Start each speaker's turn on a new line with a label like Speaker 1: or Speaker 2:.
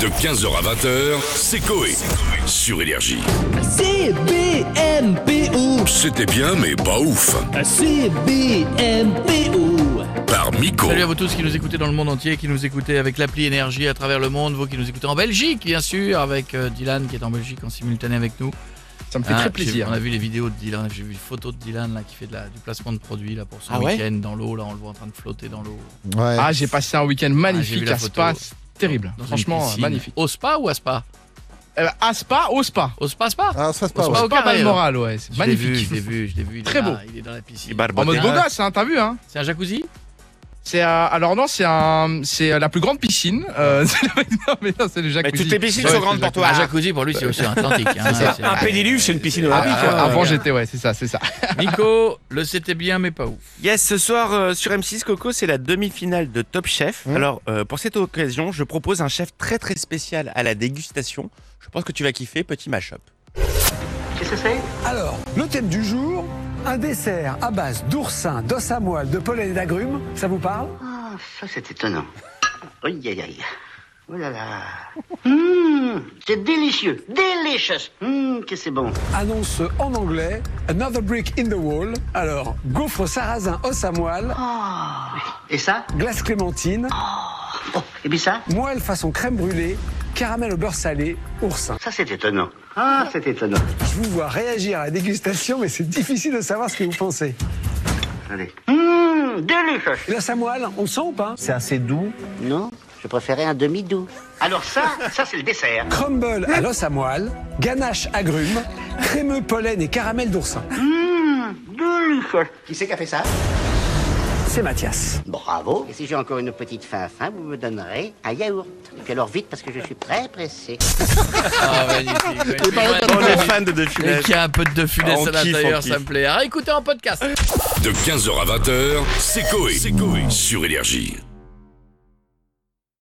Speaker 1: De 15h à 20h, c'est Coé. Sur Énergie.
Speaker 2: CBMPO
Speaker 1: C'était bien, mais pas ouf.
Speaker 2: CBMPO
Speaker 1: Par Miko.
Speaker 3: Salut à vous tous qui nous écoutez dans le monde entier, qui nous écoutez avec l'appli Énergie à travers le monde, vous qui nous écoutez en Belgique, bien sûr, avec euh, Dylan qui est en Belgique en simultané avec nous.
Speaker 4: Ça me fait
Speaker 3: Ah,
Speaker 4: très
Speaker 3: j'ai-
Speaker 4: plaisir.
Speaker 3: On a vu les vidéos de Dylan, j'ai vu une photo de Dylan là qui fait de la- du placement de produits là pour son
Speaker 4: Ah ouais
Speaker 3: week-end dans l'eau, là on le voit en train de flotter dans l'eau.
Speaker 5: Ouais.
Speaker 4: Ah, j'ai passé un week-end
Speaker 3: Ah, j'ai vu
Speaker 4: magnifique
Speaker 3: la
Speaker 4: à
Speaker 3: photo.
Speaker 4: Spa. c'est Terrible.
Speaker 3: Dans une
Speaker 4: Franchement,
Speaker 3: piscine.
Speaker 4: magnifique.
Speaker 3: Au spa ou à spa
Speaker 4: Euh, à Spa, au Spa.
Speaker 3: Au spa, spa.
Speaker 5: Ah, ça se
Speaker 3: Au
Speaker 5: passe.
Speaker 3: spa,
Speaker 5: ouais.
Speaker 3: au
Speaker 4: Spa,
Speaker 3: carré,
Speaker 4: pas le
Speaker 3: là.
Speaker 4: moral, ouais. C'est
Speaker 3: Je l'ai vu, Bah,
Speaker 4: magnifique.
Speaker 3: je l'ai vu, je l'ai vu. il est
Speaker 4: Très
Speaker 3: là,
Speaker 4: beau.
Speaker 3: Il est dans la piscine.
Speaker 4: En mode beau gosse, hein, t'as vu, hein.
Speaker 3: C'est un jacuzzi
Speaker 4: C'est euh, alors non, c'est un, c'est euh, la plus grande piscine. euh, c'est la- non, mais non, c'est le jacuzzi.
Speaker 6: toutes les piscines
Speaker 4: Ouais,
Speaker 6: sont
Speaker 4: c'est
Speaker 6: grandes
Speaker 4: le
Speaker 6: pour toi.
Speaker 3: Un
Speaker 6: Ah.
Speaker 3: jacuzzi pour lui c'est aussi atlantique. hein, c'est-
Speaker 6: Un pédiluve, c'est une piscine olympique.
Speaker 4: jacuzzi.
Speaker 6: hein.
Speaker 4: Ah, Avant j'étais ouais, c'est ça, c'est ça.
Speaker 3: Nico, le c'était bien mais pas ouf.
Speaker 6: Yes, ce soir euh, sur M6 Coco, c'est la demi-finale de Top Chef. Alors euh, pour cette occasion, je propose un chef très très spécial à la dégustation. Je pense que tu vas kiffer, petit mashup.
Speaker 7: Alors, le thème du jour, un dessert à base d'oursin, d'os à moelle, de pollen et d'agrumes, ça vous parle
Speaker 8: Ah, ça c'est étonnant. Aïe aïe aïe. Oh là là. Mmh, c'est délicieux, délicieux. Mmh, que c'est bon.
Speaker 7: Annonce en anglais, Another Brick in the Wall. Alors, gaufre sarrasin, os à moelle,
Speaker 8: Et ça
Speaker 7: glace clémentine,
Speaker 8: Oh, et puis ça
Speaker 7: moelle façon crème brûlée, caramel au beurre salé, oursin.
Speaker 8: Ça c'est étonnant. Ah, c'est étonnant.
Speaker 7: Je vous vois réagir à la dégustation, mais c'est difficile de savoir ce que vous pensez.
Speaker 8: Allez. Mmh, délicieux.
Speaker 7: Et l'os à moelle, on le sent ou pas
Speaker 8: Non, je préférais un demi-doux. Alors ça, ça c'est le dessert.
Speaker 7: Crumble à l'os à moelle, ganache agrumes, crémeux pollen et caramel d'oursin.
Speaker 8: Délicieux. Qui c'est qui a fait ça
Speaker 7: C'est Mathias.
Speaker 8: Bravo. Et si j'ai encore une petite faim faim, vous me donnerez un yaourt. Et puis alors vite parce que je suis très pressé.
Speaker 3: Ah magnifique. Oh,
Speaker 6: On est fan de De Funès.
Speaker 3: Dès qu'il y a un peu de funeste
Speaker 6: Ah,
Speaker 3: à
Speaker 6: on kiffe,
Speaker 3: l'intérieur,
Speaker 6: on
Speaker 3: ça me
Speaker 6: kiffe.
Speaker 3: plaît. À réécouter en podcast.
Speaker 1: De 15h à 20h, c'est Coé. Sur Énergie.